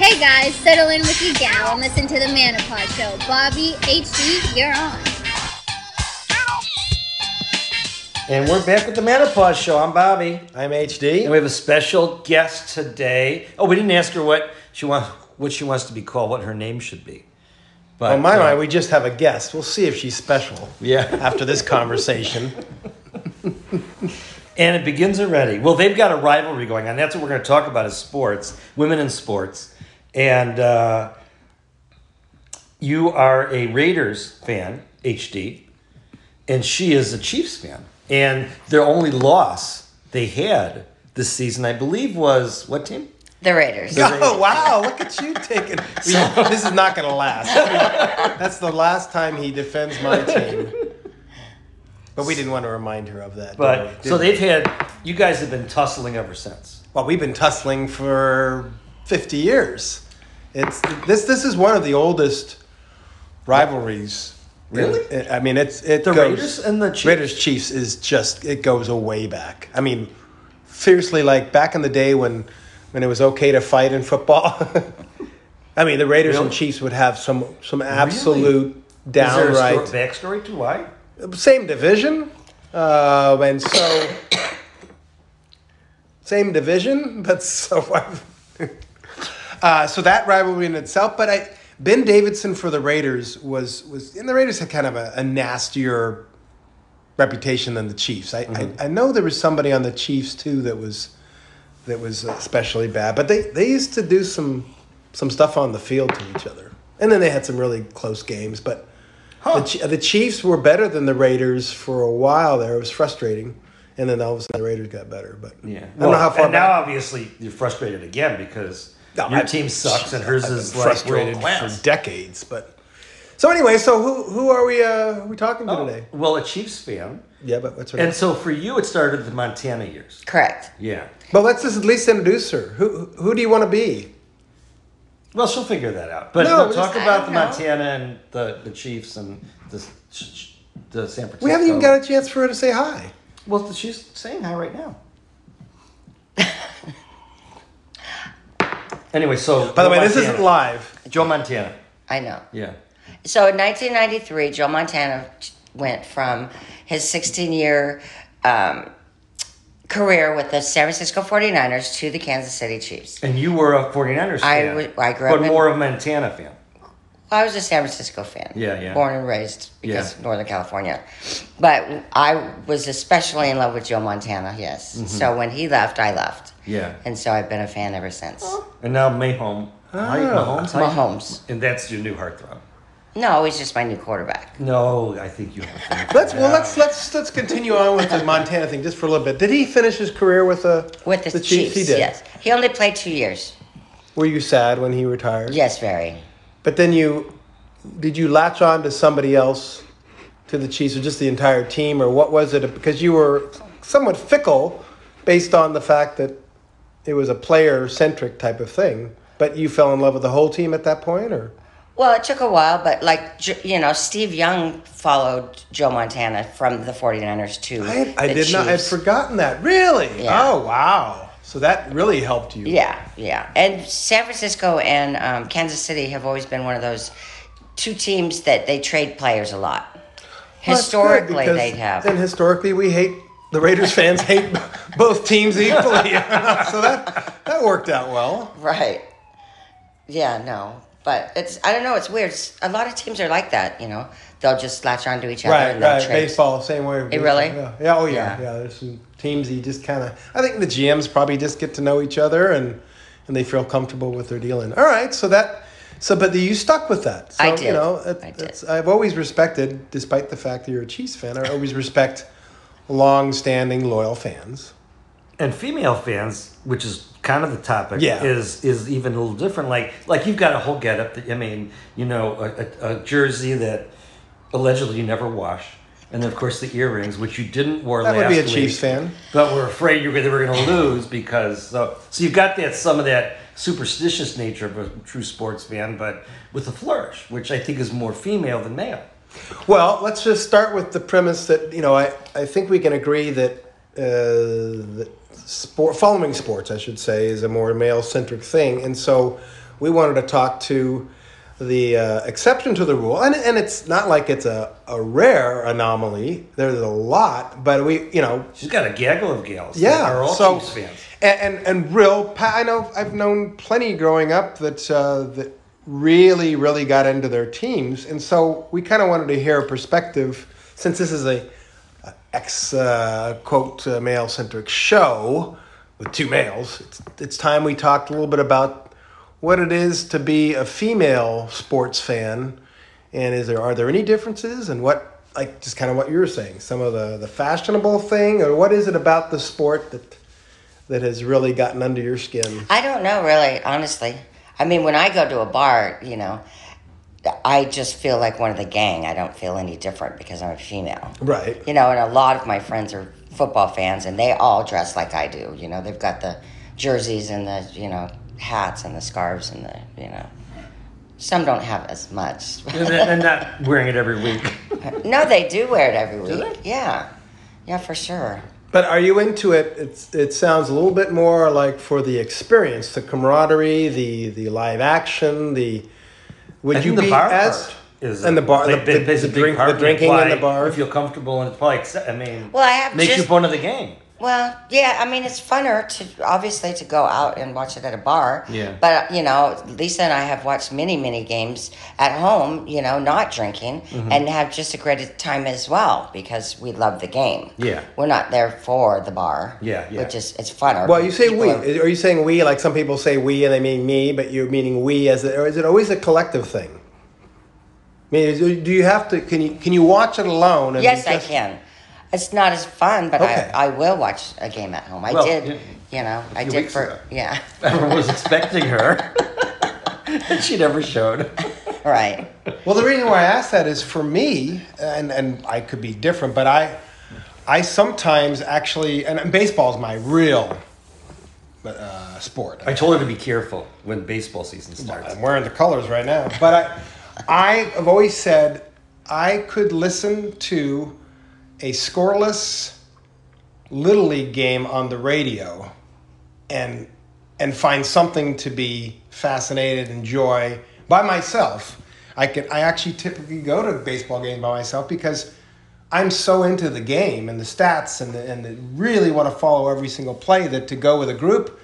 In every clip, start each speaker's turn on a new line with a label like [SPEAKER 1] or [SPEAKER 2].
[SPEAKER 1] Hey guys, settle in with your gal and listen to the Manipod Show. Bobby, HD, you're on.
[SPEAKER 2] And we're back with the Menopause Show. I'm Bobby.
[SPEAKER 3] I'm
[SPEAKER 2] And
[SPEAKER 3] HD.
[SPEAKER 2] we have a special guest today. Oh, we didn't ask her what she wants what she wants to be called, what her name should be. But
[SPEAKER 3] On my
[SPEAKER 2] uh,
[SPEAKER 3] mind, we just have a guest. We'll see if she's special
[SPEAKER 2] Yeah.
[SPEAKER 3] after this conversation.
[SPEAKER 2] And it begins already. Well, they've got a rivalry going on. That's what we're going to talk about is sports, women in sports. And uh, you are a Raiders fan, HD, and she is a Chiefs fan. And their only loss they had this season, I believe, was what team?
[SPEAKER 4] The Raiders.
[SPEAKER 3] oh, wow. Look at you taking. this is not going to last. That's the last time he defends my team. But we didn't want to remind her of that. did
[SPEAKER 2] But
[SPEAKER 3] we?
[SPEAKER 2] so
[SPEAKER 3] Did we?
[SPEAKER 2] they've had. You guys have been tussling ever since.
[SPEAKER 3] Well, we've been tussling for 50 years. It's this. This is one of the oldest rivalries.
[SPEAKER 2] Really?
[SPEAKER 3] It- I mean, it's it
[SPEAKER 2] The
[SPEAKER 3] goes,
[SPEAKER 2] Raiders and the Chiefs?
[SPEAKER 3] Raiders Chiefs is just it goes a way back. I mean, fiercely like back in the day when when it was okay to fight in football. I mean, the Raiders and
[SPEAKER 2] Really?
[SPEAKER 3] Chiefs would have some some absolute downright
[SPEAKER 2] Is there a sto- backstory to why?
[SPEAKER 3] same division, uh, and so same division, but so uh, so that rivalry in itself. But I Ben Davidson for the Raiders was was and the Raiders had kind of a, a nastier reputation than the Chiefs. I, I I know there was somebody on the Chiefs too that was that was especially bad, but they they used to do some some stuff on the field to each other, and then they had some really close games, but. The, Chi- the Chiefs were better than the Raiders for a while there. It was frustrating, and then all of a sudden the Raiders got better. But I don't know how far
[SPEAKER 2] And now
[SPEAKER 3] back.
[SPEAKER 2] obviously you're frustrated again because
[SPEAKER 3] No,
[SPEAKER 2] your
[SPEAKER 3] I-
[SPEAKER 2] team sucks and hers
[SPEAKER 3] I've
[SPEAKER 2] is
[SPEAKER 3] been
[SPEAKER 2] like
[SPEAKER 3] frustrated
[SPEAKER 2] world
[SPEAKER 3] for
[SPEAKER 2] class.
[SPEAKER 3] decades. But so anyway, so who who are we? Uh, who are we talking to today?
[SPEAKER 2] Well, a Chiefs fan,
[SPEAKER 3] Yeah, but what's her
[SPEAKER 2] Oh. and
[SPEAKER 3] name?
[SPEAKER 2] so for you it started the Montana years.
[SPEAKER 4] Correct.
[SPEAKER 2] Yeah.
[SPEAKER 3] But let's just at least introduce her. Who who do you want to be?
[SPEAKER 2] Well, she'll figure that out. But
[SPEAKER 3] No,
[SPEAKER 2] no,
[SPEAKER 3] just-
[SPEAKER 2] talk
[SPEAKER 4] I
[SPEAKER 2] about the
[SPEAKER 4] don't know.
[SPEAKER 2] Montana and the, the Chiefs and the sh- sh- the San Francisco.
[SPEAKER 3] We haven't even got a chance for her to say hi.
[SPEAKER 2] Well, she's saying hi right now. anyway, so
[SPEAKER 3] By the
[SPEAKER 2] Joe
[SPEAKER 3] way, this
[SPEAKER 2] Montana.
[SPEAKER 3] isn't live.
[SPEAKER 2] Joe Montana.
[SPEAKER 4] I know.
[SPEAKER 2] Yeah.
[SPEAKER 4] So in 1993, Joe Montana went from his 16 year um, career with the San Francisco 49ers to the Kansas City Chiefs.
[SPEAKER 2] And you were a 49ers
[SPEAKER 4] I
[SPEAKER 2] fan.
[SPEAKER 4] wa- I grew up
[SPEAKER 2] But
[SPEAKER 4] in-
[SPEAKER 2] more of a Montana fan.
[SPEAKER 4] I was a San Francisco fan.
[SPEAKER 2] Yeah, yeah.
[SPEAKER 4] Born and raised because
[SPEAKER 2] Yeah.
[SPEAKER 4] of Northern California. But I was especially in love with Joe Montana, yes. So when he left, I left.
[SPEAKER 2] Yeah. Oh.
[SPEAKER 4] And so I've been a fan ever since.
[SPEAKER 2] And now Mayholm. Hi, Mahomes. Hi.
[SPEAKER 4] Mahomes.
[SPEAKER 2] And that's your new heartthrob.
[SPEAKER 4] No, he's just my new quarterback.
[SPEAKER 2] No, I think you have a thing.
[SPEAKER 3] Let's well let's let's let's continue on with the Montana thing just for a little bit. Did he finish his career with uh, the
[SPEAKER 4] With the, Chiefs,
[SPEAKER 3] He did.
[SPEAKER 4] yes. He only played two years.
[SPEAKER 3] Were you sad when he retired?
[SPEAKER 4] Yes, very.
[SPEAKER 3] But then you, did you latch on to somebody else, to the Chiefs, or just the entire team, or what was it? Because you were somewhat fickle, based on the fact that it was a player-centric type of thing. But you fell in love with the whole team at that point, or
[SPEAKER 4] Well, it took a while, but like, J- you know, Steve Young followed Joe Montana from the 49ers to
[SPEAKER 3] I, I
[SPEAKER 4] the
[SPEAKER 3] did not. I'd
[SPEAKER 4] Chiefs.
[SPEAKER 3] forgotten that. Really?
[SPEAKER 4] Yeah.
[SPEAKER 3] Oh wow! So that really helped you.
[SPEAKER 4] Yeah, yeah. And San Francisco and um, Kansas City have always been one of those two teams that they trade players a lot.
[SPEAKER 3] Well, that's good,
[SPEAKER 4] Historically,
[SPEAKER 3] because-
[SPEAKER 4] they'd have.
[SPEAKER 3] And historically, we hate the Raiders fans hate both teams equally. so that that worked out well.
[SPEAKER 4] Right. Yeah, no. But it's, I don't know, it's weird. It's- a lot of teams are like that, you know. They'll just latch onto each other
[SPEAKER 3] Right,
[SPEAKER 4] and they'll
[SPEAKER 3] right.
[SPEAKER 4] trade.
[SPEAKER 3] Baseball, same way. with
[SPEAKER 4] It
[SPEAKER 3] baseball,
[SPEAKER 4] really?
[SPEAKER 3] Yeah. yeah. Oh, yeah.
[SPEAKER 4] Yeah.
[SPEAKER 3] Yeah. There's some teams that you just kind of. I think the GMs probably just get to know each other and and they feel comfortable with their dealing. All right. So that. So, but you stuck with that. So,
[SPEAKER 4] I
[SPEAKER 3] You
[SPEAKER 4] did.
[SPEAKER 3] know,
[SPEAKER 4] I did.
[SPEAKER 3] it's- I've always respected, despite the fact that you're a Chiefs fan, I always respect long-standing loyal fans.
[SPEAKER 2] and female fans, which is kind of the topic,
[SPEAKER 3] Yeah.
[SPEAKER 2] is is even a little different. Like like you've got a whole getup. That, I mean, you know, a, a, a jersey that allegedly you never wash, and then of course the earrings, which you didn't wear.
[SPEAKER 3] That would
[SPEAKER 2] last
[SPEAKER 3] be a
[SPEAKER 2] week,
[SPEAKER 3] Chiefs fan.
[SPEAKER 2] but we're afraid you were- they were going to lose because so so you've got that some of that superstitious nature of a true sports fan, but with a flourish, which I think is more female than male.
[SPEAKER 3] Well, let's just start with the premise that you know I, I think we can agree that uh, that sport following sports I should say is a more male centric thing, and so We wanted to talk to the uh, exception to the rule, and and it's not like it's a, a rare anomaly. There's a lot, but we you know
[SPEAKER 2] She's got a gaggle of gals. that
[SPEAKER 3] yeah,
[SPEAKER 2] are all
[SPEAKER 3] so
[SPEAKER 2] Chiefs fans.
[SPEAKER 3] and and, and real. pa- I know I've known plenty growing up that uh, that really really got into their teams, and so we kind of wanted to hear a perspective since this is a, a ex uh, quote uh, male centric show with two males. It's it's time we talked a little bit about what it is to be a female sports fan, and is there are there any differences, and what like just kind of what you were saying, some of the the fashionable thing, or what is it about the sport that that has really gotten under your skin?
[SPEAKER 4] I don't know, really, honestly. I mean, when I go to a bar, you know, I just feel like one of the gang. I don't feel any different because I'm a female.
[SPEAKER 3] Right.
[SPEAKER 4] You know, and a lot of my friends are football fans, and they all dress like I do. You know, they've got the jerseys and the you know hats and the scarves and the you know. Some don't have as much.
[SPEAKER 2] And they're they're not wearing it every week.
[SPEAKER 4] no, they do wear it every week. Yeah, yeah, for sure.
[SPEAKER 3] But are you into it? It's, it sounds a little bit more like for the experience, the camaraderie, the the live action, the. Would
[SPEAKER 2] I
[SPEAKER 3] you
[SPEAKER 2] think the
[SPEAKER 3] be
[SPEAKER 2] bar
[SPEAKER 3] as
[SPEAKER 2] part is
[SPEAKER 3] and the bar
[SPEAKER 2] big-
[SPEAKER 3] the,
[SPEAKER 2] big-
[SPEAKER 3] the-
[SPEAKER 2] plays
[SPEAKER 3] the
[SPEAKER 2] a big
[SPEAKER 3] drink,
[SPEAKER 2] part
[SPEAKER 3] the
[SPEAKER 2] in
[SPEAKER 3] drinking in
[SPEAKER 2] why
[SPEAKER 3] the bar?
[SPEAKER 2] You feel comfortable, and it's probably accept- I mean,
[SPEAKER 4] Well, I have
[SPEAKER 2] makes you
[SPEAKER 4] just-
[SPEAKER 2] part of the gang.
[SPEAKER 4] Well, yeah, I mean, it's funner to obviously to go out and watch it at a bar.
[SPEAKER 2] Yeah.
[SPEAKER 4] But, you know, Lisa and I have watched many, many games at home, you know, not drinking
[SPEAKER 2] Mm-hmm.
[SPEAKER 4] and have just a great time as well because we love the game.
[SPEAKER 2] Yeah.
[SPEAKER 4] We're not there for the bar.
[SPEAKER 2] Yeah, yeah.
[SPEAKER 4] Which is, it's funner.
[SPEAKER 3] well, you say
[SPEAKER 4] People
[SPEAKER 3] we.
[SPEAKER 4] are-
[SPEAKER 3] Are you saying we like some people say we and they mean me, but you're meaning we as a, or is it always a collective thing? I mean, is- do you have to? Can you can you watch it alone? And
[SPEAKER 4] yes, I
[SPEAKER 3] just-
[SPEAKER 4] can. It's not as fun, but
[SPEAKER 3] Okay.
[SPEAKER 4] I, I will watch a game at home. I
[SPEAKER 2] Well,
[SPEAKER 4] did,
[SPEAKER 2] yeah.
[SPEAKER 4] you know, I
[SPEAKER 2] few
[SPEAKER 4] did
[SPEAKER 2] weeks
[SPEAKER 4] for,
[SPEAKER 2] ago.
[SPEAKER 4] yeah,
[SPEAKER 2] Everyone was expecting her, and she never showed.
[SPEAKER 4] right.
[SPEAKER 3] Well, the reason why I ask that is for me, and and I could be different, but I, I sometimes actually, and baseball is my real uh, sport.
[SPEAKER 2] I told her to be careful when baseball season starts.
[SPEAKER 3] I'm wearing the colors right now, but I, I have always said I could listen to a scoreless little league game on the radio, and and find something to be fascinated, enjoy by myself. I can. I actually typically go to baseball games by myself because I'm so into the game and the stats and the, and the, really want to follow every single play that to go with a group,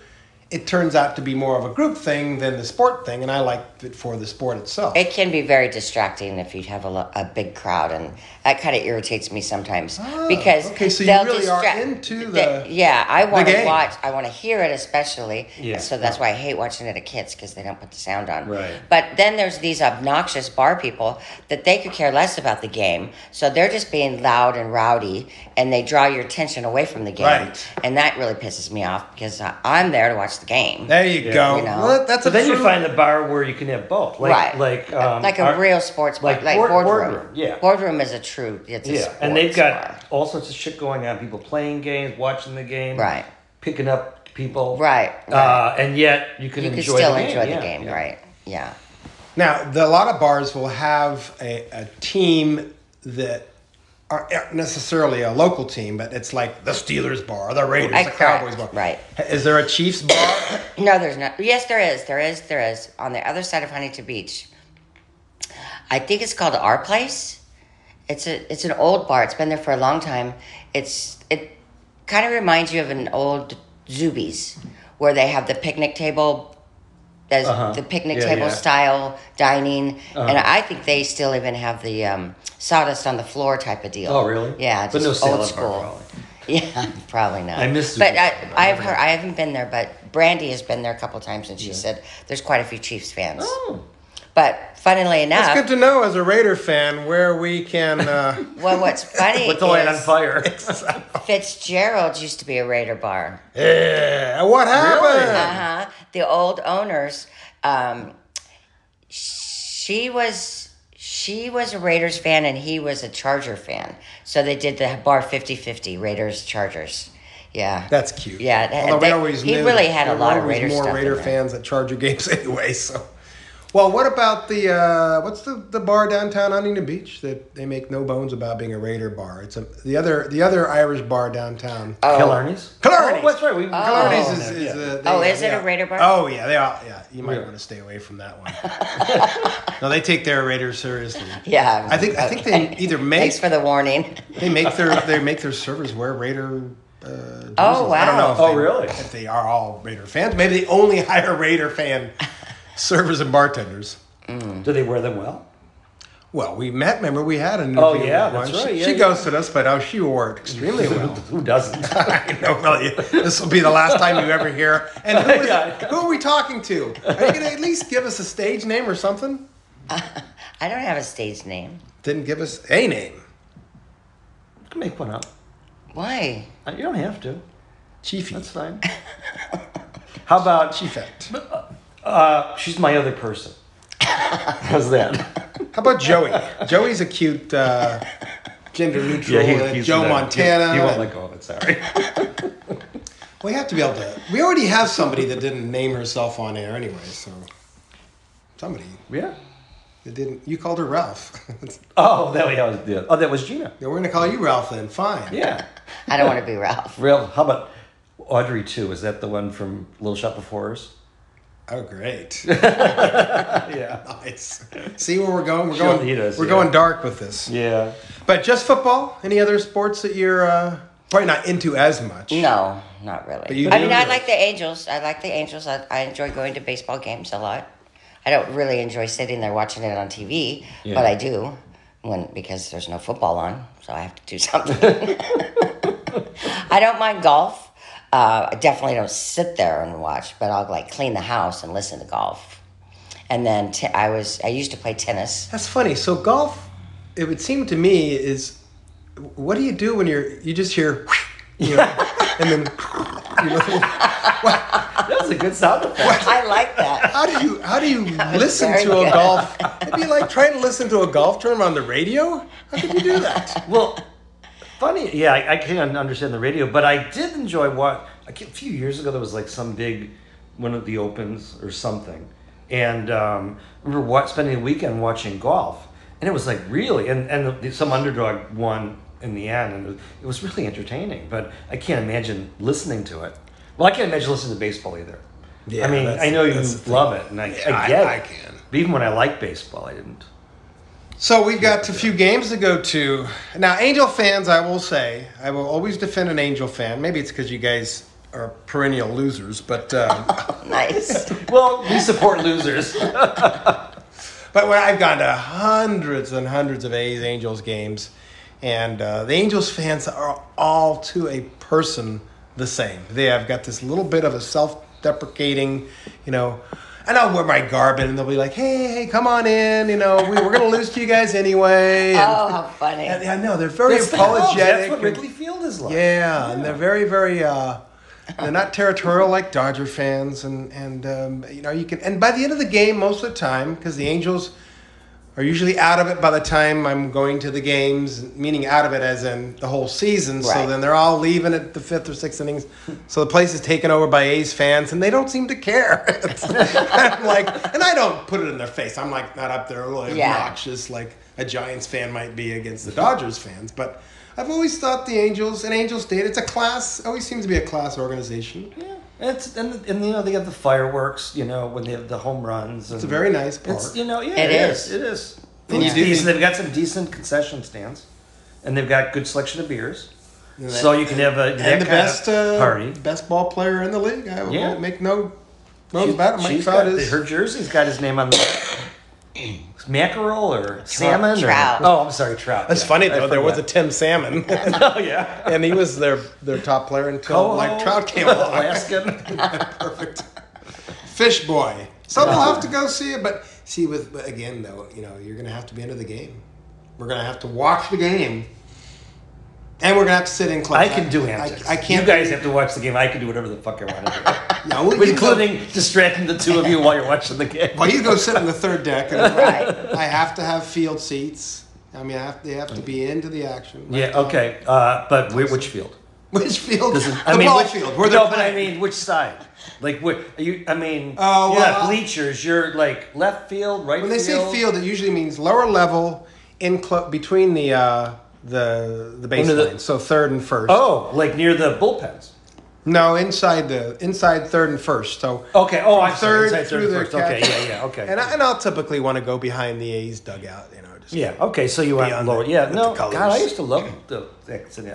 [SPEAKER 3] it turns out to be more of a group thing than the sport thing, and I like it for the sport itself.
[SPEAKER 4] It can be very distracting if you have a, lo- a big crowd, and that kind of irritates me sometimes because
[SPEAKER 3] Oh, okay, so you
[SPEAKER 4] they'll
[SPEAKER 3] really are
[SPEAKER 4] distract-
[SPEAKER 3] into
[SPEAKER 4] they-
[SPEAKER 3] the-
[SPEAKER 4] yeah. I want to
[SPEAKER 3] game.
[SPEAKER 4] watch. I want to hear it, especially.
[SPEAKER 2] Yeah.
[SPEAKER 4] So that's why I hate watching it at kids because they don't put the sound on.
[SPEAKER 2] Right.
[SPEAKER 4] But then there's these obnoxious bar people that they could care less about the game, so they're just being loud and rowdy, and they draw your attention away from the game,
[SPEAKER 3] Right.
[SPEAKER 4] and that really pisses me off because I- I'm there to watch the game.
[SPEAKER 3] There you
[SPEAKER 2] Yeah.
[SPEAKER 3] go.
[SPEAKER 4] You know.
[SPEAKER 3] Well, that's
[SPEAKER 2] But
[SPEAKER 3] a
[SPEAKER 2] then you
[SPEAKER 3] true-
[SPEAKER 2] find the bar where you can have both, like
[SPEAKER 4] right,
[SPEAKER 2] like um,
[SPEAKER 4] like a
[SPEAKER 2] our-
[SPEAKER 4] real sports bar,
[SPEAKER 2] like
[SPEAKER 4] like,
[SPEAKER 2] board-
[SPEAKER 4] boardroom.
[SPEAKER 2] boardroom, yeah.
[SPEAKER 4] boardroom is a true. It's a
[SPEAKER 2] Yeah, and they've
[SPEAKER 4] sports
[SPEAKER 2] got
[SPEAKER 4] bar.
[SPEAKER 2] all sorts of shit going on. People playing games, watching the game,
[SPEAKER 4] Right.
[SPEAKER 2] Picking up people,
[SPEAKER 4] Right,
[SPEAKER 2] Uh, and yet you can
[SPEAKER 4] you can
[SPEAKER 2] enjoy
[SPEAKER 4] still
[SPEAKER 2] the game.
[SPEAKER 4] enjoy the
[SPEAKER 2] yeah,
[SPEAKER 4] game,
[SPEAKER 2] yeah.
[SPEAKER 4] right? Yeah,
[SPEAKER 3] Now, the, a lot of bars will have a, a team that are aren't necessarily a local team, but it's like the Steelers bar, the Raiders,
[SPEAKER 4] I
[SPEAKER 3] the
[SPEAKER 4] correct,
[SPEAKER 3] Cowboys bar.
[SPEAKER 4] right.
[SPEAKER 3] Is there a Chiefs bar?
[SPEAKER 4] no, there's not. Yes, there is. There is. There is on the other side of Huntington Beach. I think it's called Our Place. It's a it's an old bar. It's been there for a long time. It's it kind of reminds you of an old Zuby's where they have the picnic table. There's
[SPEAKER 2] Uh-huh.
[SPEAKER 4] the picnic
[SPEAKER 2] Yeah,
[SPEAKER 4] table
[SPEAKER 2] yeah. Uh-huh.
[SPEAKER 4] style dining, and I think they still even have the um, sawdust on the floor type of deal.
[SPEAKER 2] Oh, really?
[SPEAKER 4] Yeah,
[SPEAKER 2] But no
[SPEAKER 4] just
[SPEAKER 2] salad
[SPEAKER 4] old
[SPEAKER 2] bar,
[SPEAKER 4] school.
[SPEAKER 2] probably.
[SPEAKER 4] Yeah, probably not.
[SPEAKER 2] I miss
[SPEAKER 4] But
[SPEAKER 2] Zuby's.
[SPEAKER 4] I, I've heard I haven't been there, but Brandy has been there a couple times, and she said there's quite a few Chiefs fans.
[SPEAKER 2] Oh.
[SPEAKER 4] But funnily enough,
[SPEAKER 3] It's good to know as a Raider fan where we can. Uh,
[SPEAKER 4] well, what's funny
[SPEAKER 2] Put the light on
[SPEAKER 4] is
[SPEAKER 2] fire.
[SPEAKER 4] Fitzgerald used to be a Raider bar.
[SPEAKER 3] yeah, what happened?
[SPEAKER 4] Uh huh. The old owners. Um, she was she was a Raiders fan and he was a Charger fan. So they did the bar 50-50, Raiders Chargers. Yeah.
[SPEAKER 3] That's cute.
[SPEAKER 4] Yeah,
[SPEAKER 3] Although
[SPEAKER 4] they-
[SPEAKER 3] we always
[SPEAKER 4] he
[SPEAKER 3] knew
[SPEAKER 4] really
[SPEAKER 3] that
[SPEAKER 4] had a
[SPEAKER 3] there
[SPEAKER 4] lot of
[SPEAKER 3] were always
[SPEAKER 4] Raider
[SPEAKER 3] more
[SPEAKER 4] stuff in
[SPEAKER 3] Raider
[SPEAKER 4] there.
[SPEAKER 3] fans at Charger games anyway. So, Well, what about the uh, what's the, the bar downtown Huntington Beach that they make no bones about being a Raider bar? It's a, the other the other Irish bar downtown.
[SPEAKER 4] Oh.
[SPEAKER 2] Killarney's?
[SPEAKER 3] Killarney's.
[SPEAKER 2] Oh, that's right. We,
[SPEAKER 3] Killarney's
[SPEAKER 4] Oh.
[SPEAKER 3] is, is
[SPEAKER 2] yeah.
[SPEAKER 3] uh,
[SPEAKER 4] Oh,
[SPEAKER 3] they-
[SPEAKER 4] is it a
[SPEAKER 3] yeah.
[SPEAKER 4] Raider bar?
[SPEAKER 3] Oh yeah, they are. Yeah, you might
[SPEAKER 2] Yeah.
[SPEAKER 3] want to stay away from that one. no, they take their Raiders seriously.
[SPEAKER 4] Yeah.
[SPEAKER 3] I think I think they either make
[SPEAKER 4] Thanks for the warning.
[SPEAKER 3] they make their they make their servers wear Raider. Uh, jerseys.
[SPEAKER 4] Oh,
[SPEAKER 3] I don't know. if
[SPEAKER 4] wow.
[SPEAKER 2] Oh,
[SPEAKER 3] they-
[SPEAKER 2] really?
[SPEAKER 3] If they are all Raider fans, maybe they only hire Raider fan servers and bartenders.
[SPEAKER 2] Do they wear them well?
[SPEAKER 3] Well, we met. Remember, we had an interview.
[SPEAKER 2] Oh, yeah,
[SPEAKER 3] with
[SPEAKER 2] that's
[SPEAKER 3] one.
[SPEAKER 2] right,
[SPEAKER 3] She,
[SPEAKER 2] yeah,
[SPEAKER 3] she
[SPEAKER 2] yeah.
[SPEAKER 3] ghosted us, but oh, she wore it extremely well.
[SPEAKER 2] Who doesn't?
[SPEAKER 3] I know, really. This will be the last time you ever hear. And who, is,
[SPEAKER 2] Yeah.
[SPEAKER 3] who are we talking to? Are you going to at least give us a stage name or something?
[SPEAKER 4] I don't have a stage name.
[SPEAKER 3] Didn't give us a name.
[SPEAKER 2] You can make one up.
[SPEAKER 4] Why?
[SPEAKER 2] Uh, You don't have to. That's
[SPEAKER 3] Chiefy.
[SPEAKER 2] fine. How about she?
[SPEAKER 3] Chiefette.
[SPEAKER 2] Uh, she's my other person. How's that?
[SPEAKER 3] How about Joey? Joey's a cute uh, gender neutral. uh, Joe
[SPEAKER 2] no,
[SPEAKER 3] Montana.
[SPEAKER 2] He, he won't let go of it. Sorry.
[SPEAKER 3] we have to be able to. We already have somebody that didn't name herself on air anyway, so. Somebody
[SPEAKER 2] yeah.
[SPEAKER 3] that didn't. You called her Ralph.
[SPEAKER 2] Oh, that we always did. Oh, that was Gina.
[SPEAKER 3] Yeah, we're gonna call you Ralph then. Fine.
[SPEAKER 2] Yeah.
[SPEAKER 4] I don't want to be Ralph.
[SPEAKER 2] Real. How about Audrey too? Is that the one from Little Shop of Horrors?
[SPEAKER 3] Oh, great.
[SPEAKER 2] Yeah.
[SPEAKER 3] nice. See where we're going. We're
[SPEAKER 2] She'll
[SPEAKER 3] going.
[SPEAKER 2] eat us,
[SPEAKER 3] we're
[SPEAKER 2] yeah.
[SPEAKER 3] going dark with this.
[SPEAKER 2] Yeah.
[SPEAKER 3] But just football. Any other sports that you're uh, probably not into as much?
[SPEAKER 4] No, not really.
[SPEAKER 3] But you
[SPEAKER 4] I
[SPEAKER 3] do
[SPEAKER 4] mean, I
[SPEAKER 3] know.
[SPEAKER 4] like the Angels. I like the Angels. I, I enjoy going to baseball games a lot. I don't really enjoy sitting there watching it on TV,
[SPEAKER 2] Yeah.
[SPEAKER 4] but I do when because there's no football on, so I have to do something. I don't mind golf. Uh, I definitely don't sit there and watch, but I'll like clean the house and listen to golf. And then t- I was I used to play tennis.
[SPEAKER 3] That's funny. So golf, it would seem to me is, what do you do when you're? You just hear, you know, and then. You know,
[SPEAKER 2] That was a good sound effect.
[SPEAKER 4] I like that.
[SPEAKER 3] how do you how do you listen
[SPEAKER 4] very
[SPEAKER 3] to a
[SPEAKER 4] good.
[SPEAKER 3] golf? It'd be like trying to listen to a golf tournament on the radio. How could you do that?
[SPEAKER 2] Well, funny. Yeah, I, I can't understand the radio, but I did enjoy what a few years ago. There was like some big one of the opens or something, and um, I remember what, spending a weekend watching golf, and it was like really, and and the, some underdog won in the end, and it was, it was really entertaining. But I can't imagine listening to it. Well, I can't imagine listening to baseball either.
[SPEAKER 3] Yeah,
[SPEAKER 2] I mean,
[SPEAKER 3] that's-
[SPEAKER 2] I know you
[SPEAKER 3] that's the thing.
[SPEAKER 2] love it, and I,
[SPEAKER 3] Yeah,
[SPEAKER 2] I get
[SPEAKER 3] I-
[SPEAKER 2] it.
[SPEAKER 3] I can.
[SPEAKER 2] But even when I like baseball, I didn't.
[SPEAKER 3] So we've got a few games to go to. Now, Angel fans, I will say, I will always defend an Angel fan. Maybe it's because you guys are perennial losers, but um,
[SPEAKER 4] Nice.
[SPEAKER 2] Well, we support losers.
[SPEAKER 3] but when I've gone to hundreds and hundreds of A's Angels games, and uh, the Angels fans are all to a person the same. They have got this little bit of a self-deprecating, you know. And I'll wear my garb in, and they'll be like, "Hey, hey, come on in! You know, we, we're gonna lose to you guys anyway." And-
[SPEAKER 4] Oh, how funny.
[SPEAKER 3] and I know they're very
[SPEAKER 2] That's the club. That's
[SPEAKER 3] apologetic.
[SPEAKER 2] what
[SPEAKER 3] and-
[SPEAKER 2] Wrigley Field is like.
[SPEAKER 3] Yeah, and they're very, very. Uh, they're not territorial like Dodger fans, and and um, you know you can. And by the end of the game, most of the time, because the Angels are usually out of it by the time I'm going to the games, meaning out of it as in the whole season. So
[SPEAKER 4] Right.
[SPEAKER 3] then they're all leaving at the fifth or sixth innings. So the place is taken over by A's fans, and they don't seem to care. It's- I'm like, and I don't put it in their face. I'm like not up there really
[SPEAKER 4] Yeah.
[SPEAKER 3] obnoxious like a Giants fan might be against the Dodgers fans, but. I've always thought the Angels and Angels State, it's a class, always seems to be a class organization.
[SPEAKER 2] Yeah. And it's and, and you know they have the fireworks, you know, when they have the home runs. And it's
[SPEAKER 3] a very nice park.
[SPEAKER 2] you know, yeah,
[SPEAKER 4] It
[SPEAKER 2] it is.
[SPEAKER 4] is.
[SPEAKER 2] It is.
[SPEAKER 3] And you
[SPEAKER 2] Food's
[SPEAKER 3] do-
[SPEAKER 2] decent. They've got some decent concession stands, and they've got good selection of beers.
[SPEAKER 3] And
[SPEAKER 2] so
[SPEAKER 3] that-
[SPEAKER 2] you can have a that
[SPEAKER 3] and the
[SPEAKER 2] kind of
[SPEAKER 3] best uh,
[SPEAKER 2] party.
[SPEAKER 3] best ball player in the league. I will
[SPEAKER 2] Yeah.
[SPEAKER 3] make no no about it. Mike
[SPEAKER 2] She's
[SPEAKER 3] Trout
[SPEAKER 2] got-
[SPEAKER 3] is
[SPEAKER 2] her jersey's got his name on the mackerel or salmon.
[SPEAKER 4] Trout.
[SPEAKER 2] Or, oh, I'm sorry, trout.
[SPEAKER 3] That's
[SPEAKER 2] Yeah,
[SPEAKER 3] funny
[SPEAKER 2] I
[SPEAKER 3] though. There was a
[SPEAKER 2] forgot.
[SPEAKER 3] Tim Salmon,
[SPEAKER 2] oh yeah.
[SPEAKER 3] and he was their their top player until
[SPEAKER 2] Oh,
[SPEAKER 3] Mike Trout came along.
[SPEAKER 2] Alaskan.
[SPEAKER 3] Perfect. Fish boy. So we'll have to go see it, but see with but again though, you know, you're gonna have to be into the game. We're gonna have to watch the game, and we're gonna have to sit in close.
[SPEAKER 2] I can do antics.
[SPEAKER 3] I, I can't.
[SPEAKER 2] You guys have to watch the game. I can do whatever the fuck I want to
[SPEAKER 3] No, we-
[SPEAKER 2] do,
[SPEAKER 3] you go-
[SPEAKER 2] including distracting the two of you while you're watching the game.
[SPEAKER 3] Well, you go sit on the third deck. And
[SPEAKER 4] Right.
[SPEAKER 3] I have to have field seats. I mean, I have, they have to be into the action.
[SPEAKER 2] Yeah. Okay. Uh, but where, which field?
[SPEAKER 3] Which field?
[SPEAKER 2] Doesn't-
[SPEAKER 3] the ball
[SPEAKER 2] which-
[SPEAKER 3] field. Where they're
[SPEAKER 2] no, but I
[SPEAKER 3] playing.
[SPEAKER 2] mean, which side? Like, what are you? I mean,
[SPEAKER 3] Oh,
[SPEAKER 2] you're
[SPEAKER 3] well,
[SPEAKER 2] not bleachers. You're like left field, right
[SPEAKER 3] When they
[SPEAKER 2] field.
[SPEAKER 3] say field, it usually means lower level in clo- between the uh, the the
[SPEAKER 2] Under the-
[SPEAKER 3] baseline, so third and first.
[SPEAKER 2] Oh, like near the bullpens.
[SPEAKER 3] no, inside the inside third and first. So
[SPEAKER 2] Okay. Oh, I'm sorry.
[SPEAKER 3] third
[SPEAKER 2] Inside third
[SPEAKER 3] through the
[SPEAKER 2] first. Okay.
[SPEAKER 3] catch.
[SPEAKER 2] Yeah. Yeah. Okay.
[SPEAKER 3] and I, and I'll typically want to go behind the A's dugout. You know, just
[SPEAKER 2] yeah. Okay. So you went
[SPEAKER 3] Beyond
[SPEAKER 2] lower.
[SPEAKER 3] the-
[SPEAKER 2] Yeah.
[SPEAKER 3] with
[SPEAKER 2] No.
[SPEAKER 3] the
[SPEAKER 2] God,
[SPEAKER 3] colors.
[SPEAKER 2] I used to love the.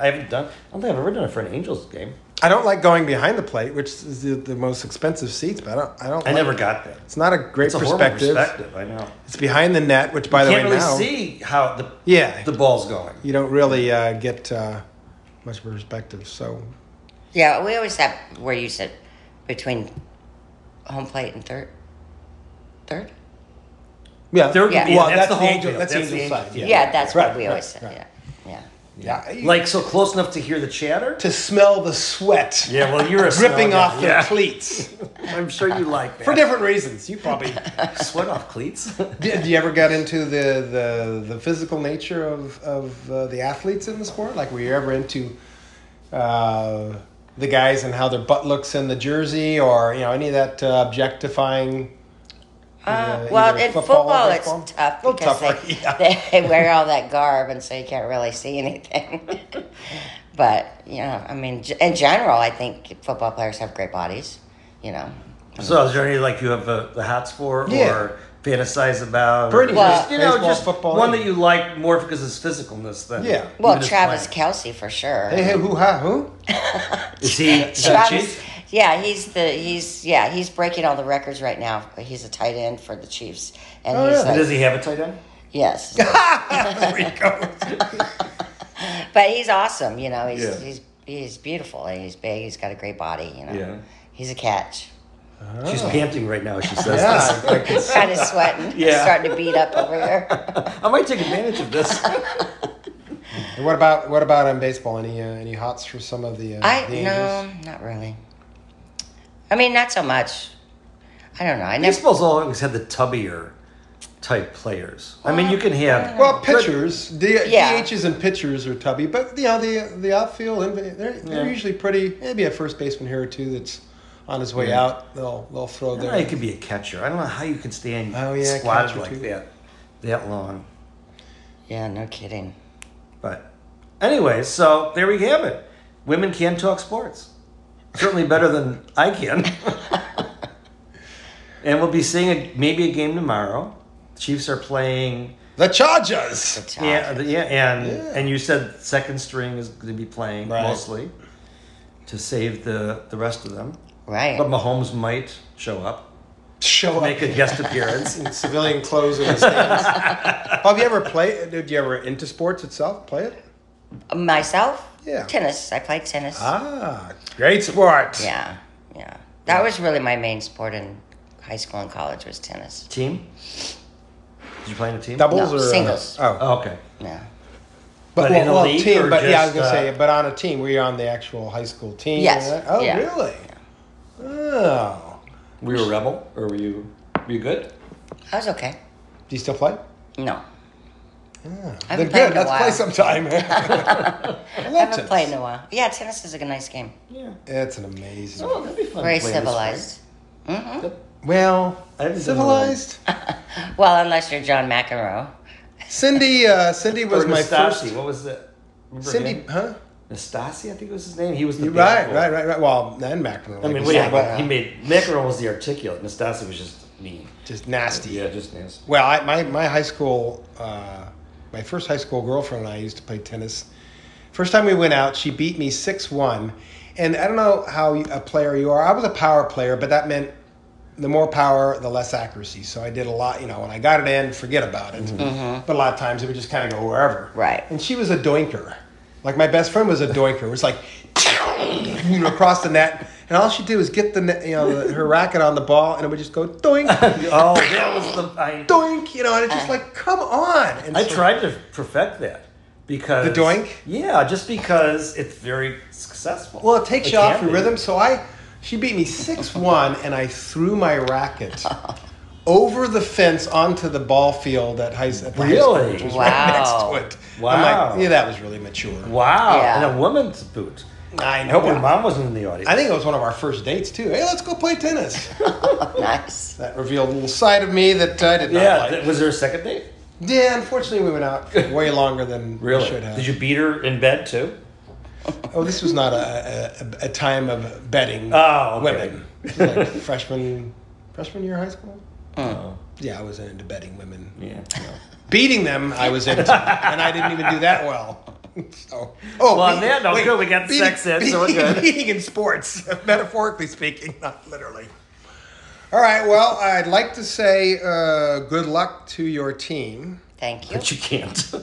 [SPEAKER 2] I haven't done. I don't think I've ever done it for an Angels game.
[SPEAKER 3] I don't like going behind the plate, which is the, the most expensive seats. But I don't. I don't.
[SPEAKER 2] I
[SPEAKER 3] like
[SPEAKER 2] never
[SPEAKER 3] it.
[SPEAKER 2] got that.
[SPEAKER 3] It's not a great
[SPEAKER 2] It's a horrible
[SPEAKER 3] perspective.
[SPEAKER 2] perspective. I know.
[SPEAKER 3] It's behind the net, which by the
[SPEAKER 2] Can't
[SPEAKER 3] way
[SPEAKER 2] really
[SPEAKER 3] now
[SPEAKER 2] see how the
[SPEAKER 3] Yeah.
[SPEAKER 2] the ball's going.
[SPEAKER 3] you don't really uh, get uh, much perspective. So
[SPEAKER 4] Yeah, we always have where you sit between home plate and third. Third?
[SPEAKER 3] yeah,
[SPEAKER 2] Third-
[SPEAKER 4] Yeah.
[SPEAKER 3] Well,
[SPEAKER 2] yeah,
[SPEAKER 3] that's,
[SPEAKER 2] that's
[SPEAKER 3] the
[SPEAKER 2] the
[SPEAKER 3] whole.
[SPEAKER 2] angel.
[SPEAKER 3] That's,
[SPEAKER 2] That's
[SPEAKER 3] the
[SPEAKER 2] the
[SPEAKER 3] angel
[SPEAKER 2] angel.
[SPEAKER 3] side.
[SPEAKER 4] Yeah,
[SPEAKER 3] Yeah.
[SPEAKER 4] that's
[SPEAKER 3] Right,
[SPEAKER 4] what we
[SPEAKER 3] right,
[SPEAKER 4] always sit.
[SPEAKER 3] right.
[SPEAKER 4] Yeah. Yeah.
[SPEAKER 3] Yeah, you-
[SPEAKER 2] Like so close enough to hear the chatter.
[SPEAKER 3] to smell the sweat.
[SPEAKER 2] Yeah, well, you're a
[SPEAKER 3] dripping
[SPEAKER 2] smell guy.
[SPEAKER 3] off their
[SPEAKER 2] Yeah.
[SPEAKER 3] cleats
[SPEAKER 2] I'm sure you like that.
[SPEAKER 3] for different reasons. You probably
[SPEAKER 2] sweat off cleats.
[SPEAKER 3] did. You ever got into the the, the physical nature of of uh, the athletes in the sport? Like, were you ever into uh, the guys and how their butt looks in the jersey, or you know, any of that uh, objectifying?
[SPEAKER 4] Uh,
[SPEAKER 3] uh,
[SPEAKER 4] well,
[SPEAKER 3] either
[SPEAKER 4] in
[SPEAKER 3] football or
[SPEAKER 4] football, it's
[SPEAKER 3] baseball?
[SPEAKER 4] tough
[SPEAKER 3] Little
[SPEAKER 4] because
[SPEAKER 3] tougher,
[SPEAKER 4] they,
[SPEAKER 3] yeah.
[SPEAKER 4] they wear all that garb, and so you can't really see anything. but you know, I mean, g- in general, I think football players have great bodies. You know,
[SPEAKER 2] so is there any like you have uh, the hats for
[SPEAKER 3] Yeah.
[SPEAKER 2] or fantasize about?
[SPEAKER 3] Pretty
[SPEAKER 2] or
[SPEAKER 4] Well-
[SPEAKER 2] just, you know,
[SPEAKER 3] baseball,
[SPEAKER 2] just
[SPEAKER 3] football,
[SPEAKER 2] one
[SPEAKER 3] yeah.
[SPEAKER 2] that you like more because it's physicalness than
[SPEAKER 3] Yeah.
[SPEAKER 2] even
[SPEAKER 4] well,
[SPEAKER 2] his
[SPEAKER 4] Travis
[SPEAKER 2] playing.
[SPEAKER 4] Kelsey for sure.
[SPEAKER 3] Hey, hey, who, ha, who?
[SPEAKER 2] is he is that
[SPEAKER 4] Travis,
[SPEAKER 2] cheap?
[SPEAKER 4] yeah, he's the he's yeah he's breaking all the records right now. He's a tight end for the Chiefs, and
[SPEAKER 3] Oh,
[SPEAKER 4] he's
[SPEAKER 3] yeah.
[SPEAKER 4] like,
[SPEAKER 2] Does he have a tight end?
[SPEAKER 4] yes,
[SPEAKER 3] There he goes.
[SPEAKER 4] but he's awesome. You know, he's
[SPEAKER 2] Yeah.
[SPEAKER 4] he's he's beautiful and he's big. He's got a great body. You know,
[SPEAKER 2] Yeah.
[SPEAKER 4] he's a catch.
[SPEAKER 2] She's panting right now. as She says
[SPEAKER 3] Oh. Yeah,
[SPEAKER 2] this.
[SPEAKER 3] I could
[SPEAKER 4] kind of sweating.
[SPEAKER 2] Yeah.
[SPEAKER 4] Starting to beat up over here.
[SPEAKER 2] I might take advantage of this.
[SPEAKER 3] And what about what about on baseball? Any uh, any hots for some of the? Uh,
[SPEAKER 4] I
[SPEAKER 3] the
[SPEAKER 4] no, not really. I mean, not so much. I don't know. I never.
[SPEAKER 2] Baseball's always had the tubbier type players. I mean, you can have
[SPEAKER 3] Well, pitchers, D-
[SPEAKER 4] Yeah.
[SPEAKER 3] DHs and pitchers are tubby, but you know the the outfield, and they're they're
[SPEAKER 2] Yeah.
[SPEAKER 3] usually pretty. Maybe a first baseman here or two that's on his way out. They'll they'll throw
[SPEAKER 2] I don't
[SPEAKER 3] their
[SPEAKER 2] know, you could be a catcher. I don't know how you can stand
[SPEAKER 3] Oh, yeah,
[SPEAKER 2] squatted
[SPEAKER 3] catcher
[SPEAKER 2] like
[SPEAKER 3] too.
[SPEAKER 2] that that long.
[SPEAKER 4] Yeah, no kidding.
[SPEAKER 2] But anyway, so there we have it. Women can talk sports. Certainly better than I can. and we'll be seeing a, maybe a game tomorrow. Chiefs are playing.
[SPEAKER 3] the Chargers.
[SPEAKER 4] It's
[SPEAKER 2] Yeah,
[SPEAKER 4] odd.
[SPEAKER 2] the- yeah, and
[SPEAKER 3] Yeah.
[SPEAKER 2] and you said second string is going to be playing
[SPEAKER 3] Right.
[SPEAKER 2] mostly to save the the rest of them.
[SPEAKER 4] Right.
[SPEAKER 2] But Mahomes might show up,
[SPEAKER 3] Show up
[SPEAKER 2] make a guest appearance.
[SPEAKER 3] in civilian clothes in the stands. Have you ever played? Did you ever into sports itself? Play it?
[SPEAKER 4] Myself.
[SPEAKER 3] Yeah.
[SPEAKER 4] Tennis. I played tennis.
[SPEAKER 3] Ah, great sport.
[SPEAKER 4] Yeah. Yeah. That was really my main sport in high school and college was tennis.
[SPEAKER 2] team? Did you play in a team?
[SPEAKER 3] Doubles
[SPEAKER 4] No,
[SPEAKER 3] or uh,
[SPEAKER 4] singles.
[SPEAKER 3] oh,
[SPEAKER 2] Oh, okay.
[SPEAKER 4] No.
[SPEAKER 2] But in a league
[SPEAKER 3] team,
[SPEAKER 2] or
[SPEAKER 3] but yeah, I
[SPEAKER 2] just,
[SPEAKER 3] was gonna
[SPEAKER 2] uh,
[SPEAKER 3] say, but on a team, were you on the actual high school team? and
[SPEAKER 4] Yes,
[SPEAKER 3] that? Oh,
[SPEAKER 4] yeah.
[SPEAKER 3] really? Oh,
[SPEAKER 2] Were you a rebel, or were you were you good?
[SPEAKER 4] I was okay.
[SPEAKER 3] do you still play?
[SPEAKER 4] No. I
[SPEAKER 3] Then
[SPEAKER 4] haven't played
[SPEAKER 3] good.
[SPEAKER 4] in a
[SPEAKER 3] Let's play
[SPEAKER 4] while.
[SPEAKER 3] sometime. I
[SPEAKER 4] I haven't played in a while. Yeah, tennis is a good, nice game.
[SPEAKER 2] Yeah.
[SPEAKER 3] It's an amazing.
[SPEAKER 2] Oh, that'd be fun.
[SPEAKER 4] Very
[SPEAKER 2] to play this
[SPEAKER 4] civilized. Mm-hmm.
[SPEAKER 3] Well,
[SPEAKER 2] I haven't done
[SPEAKER 3] civilized.
[SPEAKER 4] Well, unless you're John McEnroe.
[SPEAKER 3] Cindy, uh, Cindy
[SPEAKER 2] way.
[SPEAKER 3] was
[SPEAKER 2] Or
[SPEAKER 3] my
[SPEAKER 2] Nastasi.
[SPEAKER 3] first.
[SPEAKER 2] What was that? Remember
[SPEAKER 3] Cindy,
[SPEAKER 2] him?
[SPEAKER 3] huh?
[SPEAKER 2] Nastasi, I think was his name. He was the
[SPEAKER 3] You- Right,
[SPEAKER 2] bad boy.
[SPEAKER 3] right, right, right. Well, and Macron.
[SPEAKER 2] I mean,
[SPEAKER 3] like
[SPEAKER 2] well,
[SPEAKER 3] you
[SPEAKER 2] yeah,
[SPEAKER 3] said, uh, but
[SPEAKER 2] but he made Macaron was the articulate. Nastasi was just mean.
[SPEAKER 3] just nasty.
[SPEAKER 2] Yeah, just nasty.
[SPEAKER 3] Well, I, my, my high school, uh, my first high school girlfriend and I used to play tennis. First time we went out, she beat me 6 1. And I don't know how you- a player you are. I was a power player, but that meant the more power, the less accuracy. So I did a lot, you know, when I got it in, forget about it. But a lot of times it would just kind of go wherever.
[SPEAKER 4] Right.
[SPEAKER 3] And she was a doinker. Like my best friend was a doinker. It was like, you know, across the net. And all she'd do is get the, net, you know, her racket on the ball, and it would just go doink,
[SPEAKER 2] Oh, that was the. I,
[SPEAKER 3] doink, you know, and it's just like, come on. And
[SPEAKER 2] I
[SPEAKER 3] so-
[SPEAKER 2] tried to perfect that because
[SPEAKER 3] The doink?
[SPEAKER 2] Yeah, just because it's very successful.
[SPEAKER 3] Well, it takes you
[SPEAKER 2] can
[SPEAKER 3] off your
[SPEAKER 2] be.
[SPEAKER 3] rhythm. So I, she beat me 6 1, and I threw my racket over the fence onto the ball field at high, at the high school.
[SPEAKER 2] Really?
[SPEAKER 3] which was
[SPEAKER 4] Wow.
[SPEAKER 3] Right next to it. I'm
[SPEAKER 2] Wow.
[SPEAKER 3] like, yeah, that was really mature.
[SPEAKER 2] Wow,
[SPEAKER 4] Yeah.
[SPEAKER 2] and a woman's boot.
[SPEAKER 3] I
[SPEAKER 2] I hope your mom wasn't in the audience.
[SPEAKER 3] I think it was one of our first dates too. Hey, let's go play tennis. Oh.
[SPEAKER 4] nice.
[SPEAKER 3] that revealed a little side of me that I did not
[SPEAKER 2] Yeah.
[SPEAKER 3] like.
[SPEAKER 2] th- was there a second date?
[SPEAKER 3] yeah, unfortunately, we went out for way longer than we
[SPEAKER 2] Really?
[SPEAKER 3] should have.
[SPEAKER 2] Did you beat her in bed too?
[SPEAKER 3] Oh, this was not a, a, a time of betting
[SPEAKER 2] Oh, okay.
[SPEAKER 3] women. This was like freshman freshman year of high school.
[SPEAKER 4] Uh.
[SPEAKER 3] Oh, Yeah, I was into betting women.
[SPEAKER 2] Yeah.
[SPEAKER 3] Beating them, I was into, and I didn't even do that well. So, oh,
[SPEAKER 2] Well, on
[SPEAKER 3] beating-
[SPEAKER 2] that note, good, we got sex in, so we're good.
[SPEAKER 3] Beating in sports, metaphorically speaking, not literally. All right. Well, I'd like to say uh, good luck to your team.
[SPEAKER 4] Thank you.
[SPEAKER 2] But you can't.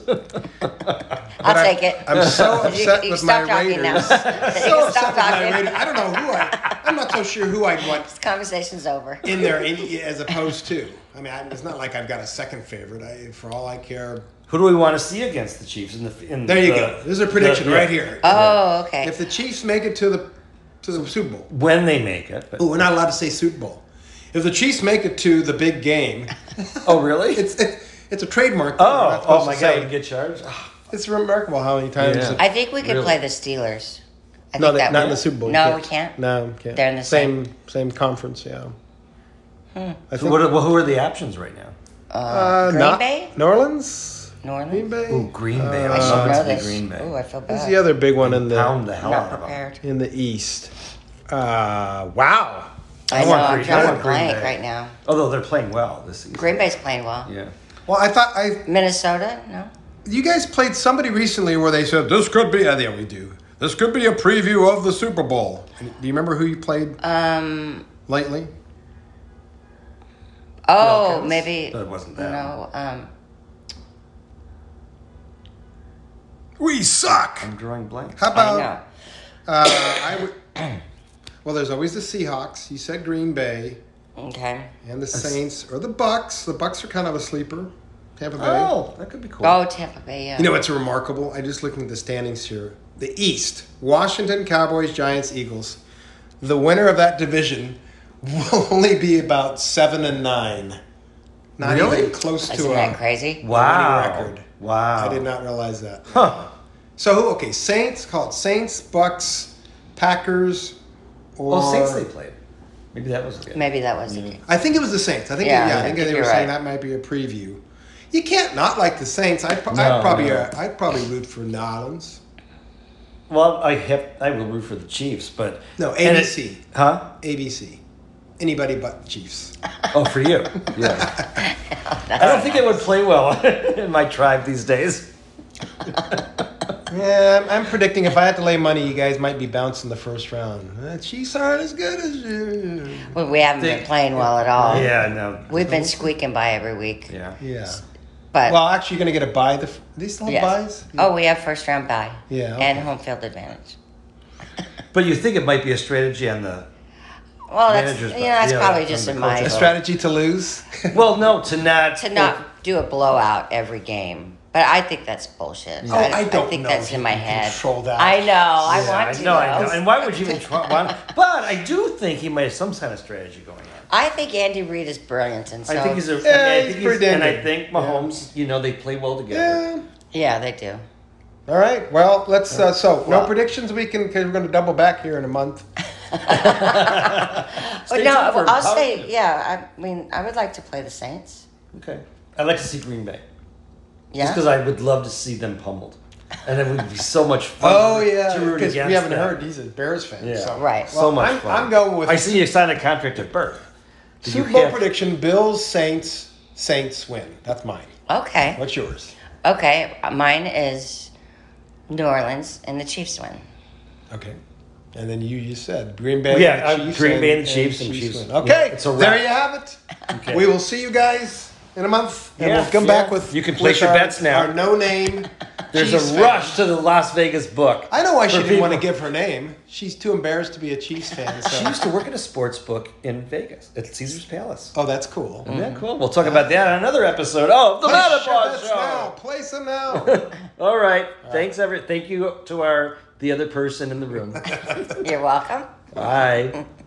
[SPEAKER 4] I'll
[SPEAKER 3] But I-
[SPEAKER 4] take it.
[SPEAKER 3] I'm so
[SPEAKER 4] You-
[SPEAKER 3] upset
[SPEAKER 4] you
[SPEAKER 3] with
[SPEAKER 4] stop
[SPEAKER 3] my
[SPEAKER 4] talking now.
[SPEAKER 3] Raiders.
[SPEAKER 4] You
[SPEAKER 3] so
[SPEAKER 4] can
[SPEAKER 3] upset with
[SPEAKER 4] stop
[SPEAKER 3] my
[SPEAKER 4] talking.
[SPEAKER 3] Raiders. I don't know who I. I'm not so sure who I'd want
[SPEAKER 4] This conversation's over.
[SPEAKER 3] in there any, as opposed to. I mean, I, it's not like I've got a second favorite. I, for all I care,
[SPEAKER 2] Who do we want to see against the Chiefs in the? In
[SPEAKER 3] there you
[SPEAKER 2] the-
[SPEAKER 3] go. This is a prediction
[SPEAKER 2] the- yeah.
[SPEAKER 3] right here.
[SPEAKER 4] Oh, okay.
[SPEAKER 3] If the Chiefs make it to the to the Super Bowl,
[SPEAKER 2] When they make it. but-
[SPEAKER 3] oh, we're not allowed to say Super Bowl. If the Chiefs make it to the big game,
[SPEAKER 2] oh, really?
[SPEAKER 3] it's it's, it's a trademark. that we're
[SPEAKER 2] oh,
[SPEAKER 3] not supposed
[SPEAKER 2] oh my
[SPEAKER 3] to
[SPEAKER 2] God!
[SPEAKER 3] say.
[SPEAKER 2] You get charged.
[SPEAKER 3] It's remarkable how many times.
[SPEAKER 2] Yeah.
[SPEAKER 3] it-
[SPEAKER 4] I think we could
[SPEAKER 2] Really?
[SPEAKER 4] play the Steelers. I
[SPEAKER 3] no,
[SPEAKER 4] think
[SPEAKER 3] they,
[SPEAKER 4] that
[SPEAKER 3] not
[SPEAKER 4] would-
[SPEAKER 3] in the Super Bowl. you
[SPEAKER 4] No, we can't.
[SPEAKER 3] No, we can't.
[SPEAKER 4] They're in the Hmm.
[SPEAKER 3] same same, conference. Yeah. I
[SPEAKER 2] So
[SPEAKER 3] think
[SPEAKER 2] what? Are, well, who are the options right now?
[SPEAKER 3] uh,
[SPEAKER 4] Green
[SPEAKER 3] not-
[SPEAKER 4] Bay?
[SPEAKER 3] New Orleans,
[SPEAKER 4] New Orleans?
[SPEAKER 3] Green Bay.
[SPEAKER 2] Ooh, Green Bay.
[SPEAKER 3] Uh,
[SPEAKER 4] I
[SPEAKER 2] I
[SPEAKER 4] should
[SPEAKER 2] love it
[SPEAKER 4] know
[SPEAKER 2] to be
[SPEAKER 4] this.
[SPEAKER 2] Green Bay.
[SPEAKER 4] Ooh, I feel bad.
[SPEAKER 3] Who's the other big one in the
[SPEAKER 2] Pound the hell
[SPEAKER 4] Not
[SPEAKER 2] out of them.
[SPEAKER 4] prepared.
[SPEAKER 3] in the East. Uh, wow.
[SPEAKER 4] I, know.
[SPEAKER 2] want
[SPEAKER 4] I'm
[SPEAKER 2] Green- I
[SPEAKER 4] drawing a
[SPEAKER 2] want Green
[SPEAKER 4] blank
[SPEAKER 2] Bay.
[SPEAKER 4] right now.
[SPEAKER 2] Although they're playing well this season.
[SPEAKER 4] Green Bay's playing well.
[SPEAKER 2] Yeah.
[SPEAKER 3] Well, I thought I
[SPEAKER 4] Minnesota? No.
[SPEAKER 3] you guys played somebody recently where they said this could be. Uh, yeah, we do. This could be a preview of the Super Bowl. And do you remember who you played
[SPEAKER 4] Um.
[SPEAKER 3] lately?
[SPEAKER 4] Oh,
[SPEAKER 2] Wilkins?
[SPEAKER 4] maybe.
[SPEAKER 2] But it wasn't that.
[SPEAKER 4] No. Um.
[SPEAKER 3] We suck.
[SPEAKER 2] I'm drawing blanks.
[SPEAKER 3] How
[SPEAKER 4] I
[SPEAKER 3] about
[SPEAKER 4] know.
[SPEAKER 3] Uh, I would- well, there's always the Seahawks. You said Green Bay
[SPEAKER 4] Okay.
[SPEAKER 3] and the Saints or the Bucks. The Bucks are kind of a sleeper. Tampa Bay.
[SPEAKER 2] Oh, that could be cool.
[SPEAKER 4] Oh, Tampa Bay. Yeah.
[SPEAKER 3] You know, it's remarkable. I just looking at the standings here. The East: Washington, Cowboys, Giants, Eagles. The winner of that division will only be about seven and nine. Not
[SPEAKER 2] Really?
[SPEAKER 3] even close to
[SPEAKER 4] Isn't
[SPEAKER 3] a
[SPEAKER 2] um,
[SPEAKER 4] that crazy?
[SPEAKER 2] wow.
[SPEAKER 3] record.
[SPEAKER 2] Wow.
[SPEAKER 3] I did not realize that.
[SPEAKER 2] Huh.
[SPEAKER 3] So who? Okay, Saints. Call it Saints, Bucks, Packers, or
[SPEAKER 2] Well, Oh, uh, Saints they played. Maybe that was good.
[SPEAKER 4] Maybe that was the case.
[SPEAKER 3] I think it was the Saints. I think yeah,
[SPEAKER 4] Yeah,
[SPEAKER 3] I
[SPEAKER 4] I
[SPEAKER 3] think,
[SPEAKER 4] think
[SPEAKER 3] they were
[SPEAKER 4] you're
[SPEAKER 3] saying
[SPEAKER 4] right.
[SPEAKER 3] that might be a preview. You can't not like the Saints. I'd, pro-
[SPEAKER 2] No,
[SPEAKER 3] I'd probably
[SPEAKER 2] no.
[SPEAKER 3] Uh, I'd probably root for Nolans.
[SPEAKER 2] Well, I have, I will root for the Chiefs, but
[SPEAKER 3] No,
[SPEAKER 2] and it-
[SPEAKER 3] ABC.
[SPEAKER 2] huh?
[SPEAKER 3] ABC. Anybody but Chiefs.
[SPEAKER 2] Oh, for you. Yeah. I don't think it would play well in my tribe these days.
[SPEAKER 3] yeah, Um, I'm, I'm predicting if I had to lay money, you guys might be bouncing the first round. Uh, Chiefs aren't as good as you.
[SPEAKER 4] Well, we haven't
[SPEAKER 2] They-
[SPEAKER 4] been playing well at all.
[SPEAKER 2] Yeah, no.
[SPEAKER 4] We've been squeaking by every week.
[SPEAKER 2] Yeah.
[SPEAKER 3] Yeah.
[SPEAKER 4] But
[SPEAKER 3] Well, actually, you're gonna get a buy. The f- do they still have
[SPEAKER 4] yes.
[SPEAKER 3] buys?
[SPEAKER 4] Oh, we have first round bye.
[SPEAKER 3] Yeah,
[SPEAKER 4] And
[SPEAKER 3] okay.
[SPEAKER 4] home field advantage.
[SPEAKER 2] But you think it might be a strategy on the
[SPEAKER 4] Well, that's
[SPEAKER 2] Manager's
[SPEAKER 4] yeah,
[SPEAKER 2] bye.
[SPEAKER 4] that's
[SPEAKER 2] Yeah,
[SPEAKER 4] probably
[SPEAKER 2] that's
[SPEAKER 4] just
[SPEAKER 2] on
[SPEAKER 4] in
[SPEAKER 2] the
[SPEAKER 4] my
[SPEAKER 2] coach's
[SPEAKER 3] A strategy to lose.
[SPEAKER 2] well, no, to not
[SPEAKER 4] to not do a blowout every game. But I think that's bullshit.
[SPEAKER 3] Oh, I don't
[SPEAKER 4] think
[SPEAKER 3] know
[SPEAKER 4] that's
[SPEAKER 3] if
[SPEAKER 4] in
[SPEAKER 3] you
[SPEAKER 4] my
[SPEAKER 3] can
[SPEAKER 4] head.
[SPEAKER 3] control that.
[SPEAKER 4] I know. I
[SPEAKER 2] Yeah,
[SPEAKER 4] want to.
[SPEAKER 2] know, I know.
[SPEAKER 4] though.
[SPEAKER 2] And why would you even try? Why, but I do think he might have some kind of strategy going on.
[SPEAKER 4] I think Andy Reid is brilliant, and so
[SPEAKER 2] I think he's a. I mean,
[SPEAKER 3] Yeah,
[SPEAKER 2] I
[SPEAKER 3] he's
[SPEAKER 2] think
[SPEAKER 3] pretty damn
[SPEAKER 2] and I
[SPEAKER 3] good.
[SPEAKER 2] think Mahomes. You know, they play well together.
[SPEAKER 3] yeah.
[SPEAKER 4] yeah, they do.
[SPEAKER 3] All right. Well, let's. Uh, so, no
[SPEAKER 4] Well-
[SPEAKER 3] predictions. We can because we're going to double back here in a month.
[SPEAKER 2] Stay
[SPEAKER 4] But no,
[SPEAKER 2] tuned for Power
[SPEAKER 4] I'll say
[SPEAKER 2] Five.
[SPEAKER 4] yeah. I mean, I would like to play the Saints.
[SPEAKER 2] Okay, I'd like to see Green Bay. Just because
[SPEAKER 4] Yeah,
[SPEAKER 2] I would love to see them pummeled, and it would be so much fun.
[SPEAKER 3] Oh yeah,
[SPEAKER 2] to root
[SPEAKER 3] because we
[SPEAKER 2] against
[SPEAKER 3] haven't
[SPEAKER 2] them.
[SPEAKER 3] heard. He's a Bears fan.
[SPEAKER 2] Yeah.
[SPEAKER 3] So.
[SPEAKER 4] right.
[SPEAKER 2] so much
[SPEAKER 3] I'm-
[SPEAKER 2] fun.
[SPEAKER 3] I'm going with-
[SPEAKER 2] I see you signed a contract at birth. Did you
[SPEAKER 3] Super Bowl
[SPEAKER 2] have-
[SPEAKER 3] prediction: Bills, Saints, Saints win. That's mine.
[SPEAKER 4] okay,
[SPEAKER 3] What's yours?
[SPEAKER 4] okay. Mine is New Orleans and the Chiefs win.
[SPEAKER 3] Okay. And then you, you said Green Bay.
[SPEAKER 2] Yeah,
[SPEAKER 3] and the
[SPEAKER 2] uh,
[SPEAKER 3] Chiefs
[SPEAKER 2] Green Bay and the Chiefs and Chiefs.
[SPEAKER 3] win. Okay,
[SPEAKER 2] Yeah, it's a
[SPEAKER 3] there
[SPEAKER 2] wrap.
[SPEAKER 3] you have it.
[SPEAKER 2] Okay.
[SPEAKER 3] We will see you guys in a month, and
[SPEAKER 2] Yeah,
[SPEAKER 3] we'll come
[SPEAKER 2] yeah.
[SPEAKER 3] back with
[SPEAKER 2] You can
[SPEAKER 3] with
[SPEAKER 2] place your
[SPEAKER 3] our-
[SPEAKER 2] bets now.
[SPEAKER 3] Our no name.
[SPEAKER 2] There's
[SPEAKER 3] Chiefs
[SPEAKER 2] a
[SPEAKER 3] fan.
[SPEAKER 2] rush to the Las Vegas book.
[SPEAKER 3] I know why
[SPEAKER 2] for
[SPEAKER 3] she didn't want to
[SPEAKER 2] people-
[SPEAKER 3] give her name. She's too embarrassed to be a Chiefs fan.
[SPEAKER 2] She
[SPEAKER 3] So.
[SPEAKER 2] used to work at a sports book in Vegas at Caesar's Palace.
[SPEAKER 3] oh, that's cool.
[SPEAKER 2] Isn't that cool? We'll talk about that on another episode of the
[SPEAKER 3] Place your
[SPEAKER 2] Matapod
[SPEAKER 3] bets
[SPEAKER 2] Show.
[SPEAKER 3] now. Place them now.
[SPEAKER 2] All right. Thanks, every. Thank you to our the other person in the room.
[SPEAKER 4] You're welcome.
[SPEAKER 2] Bye.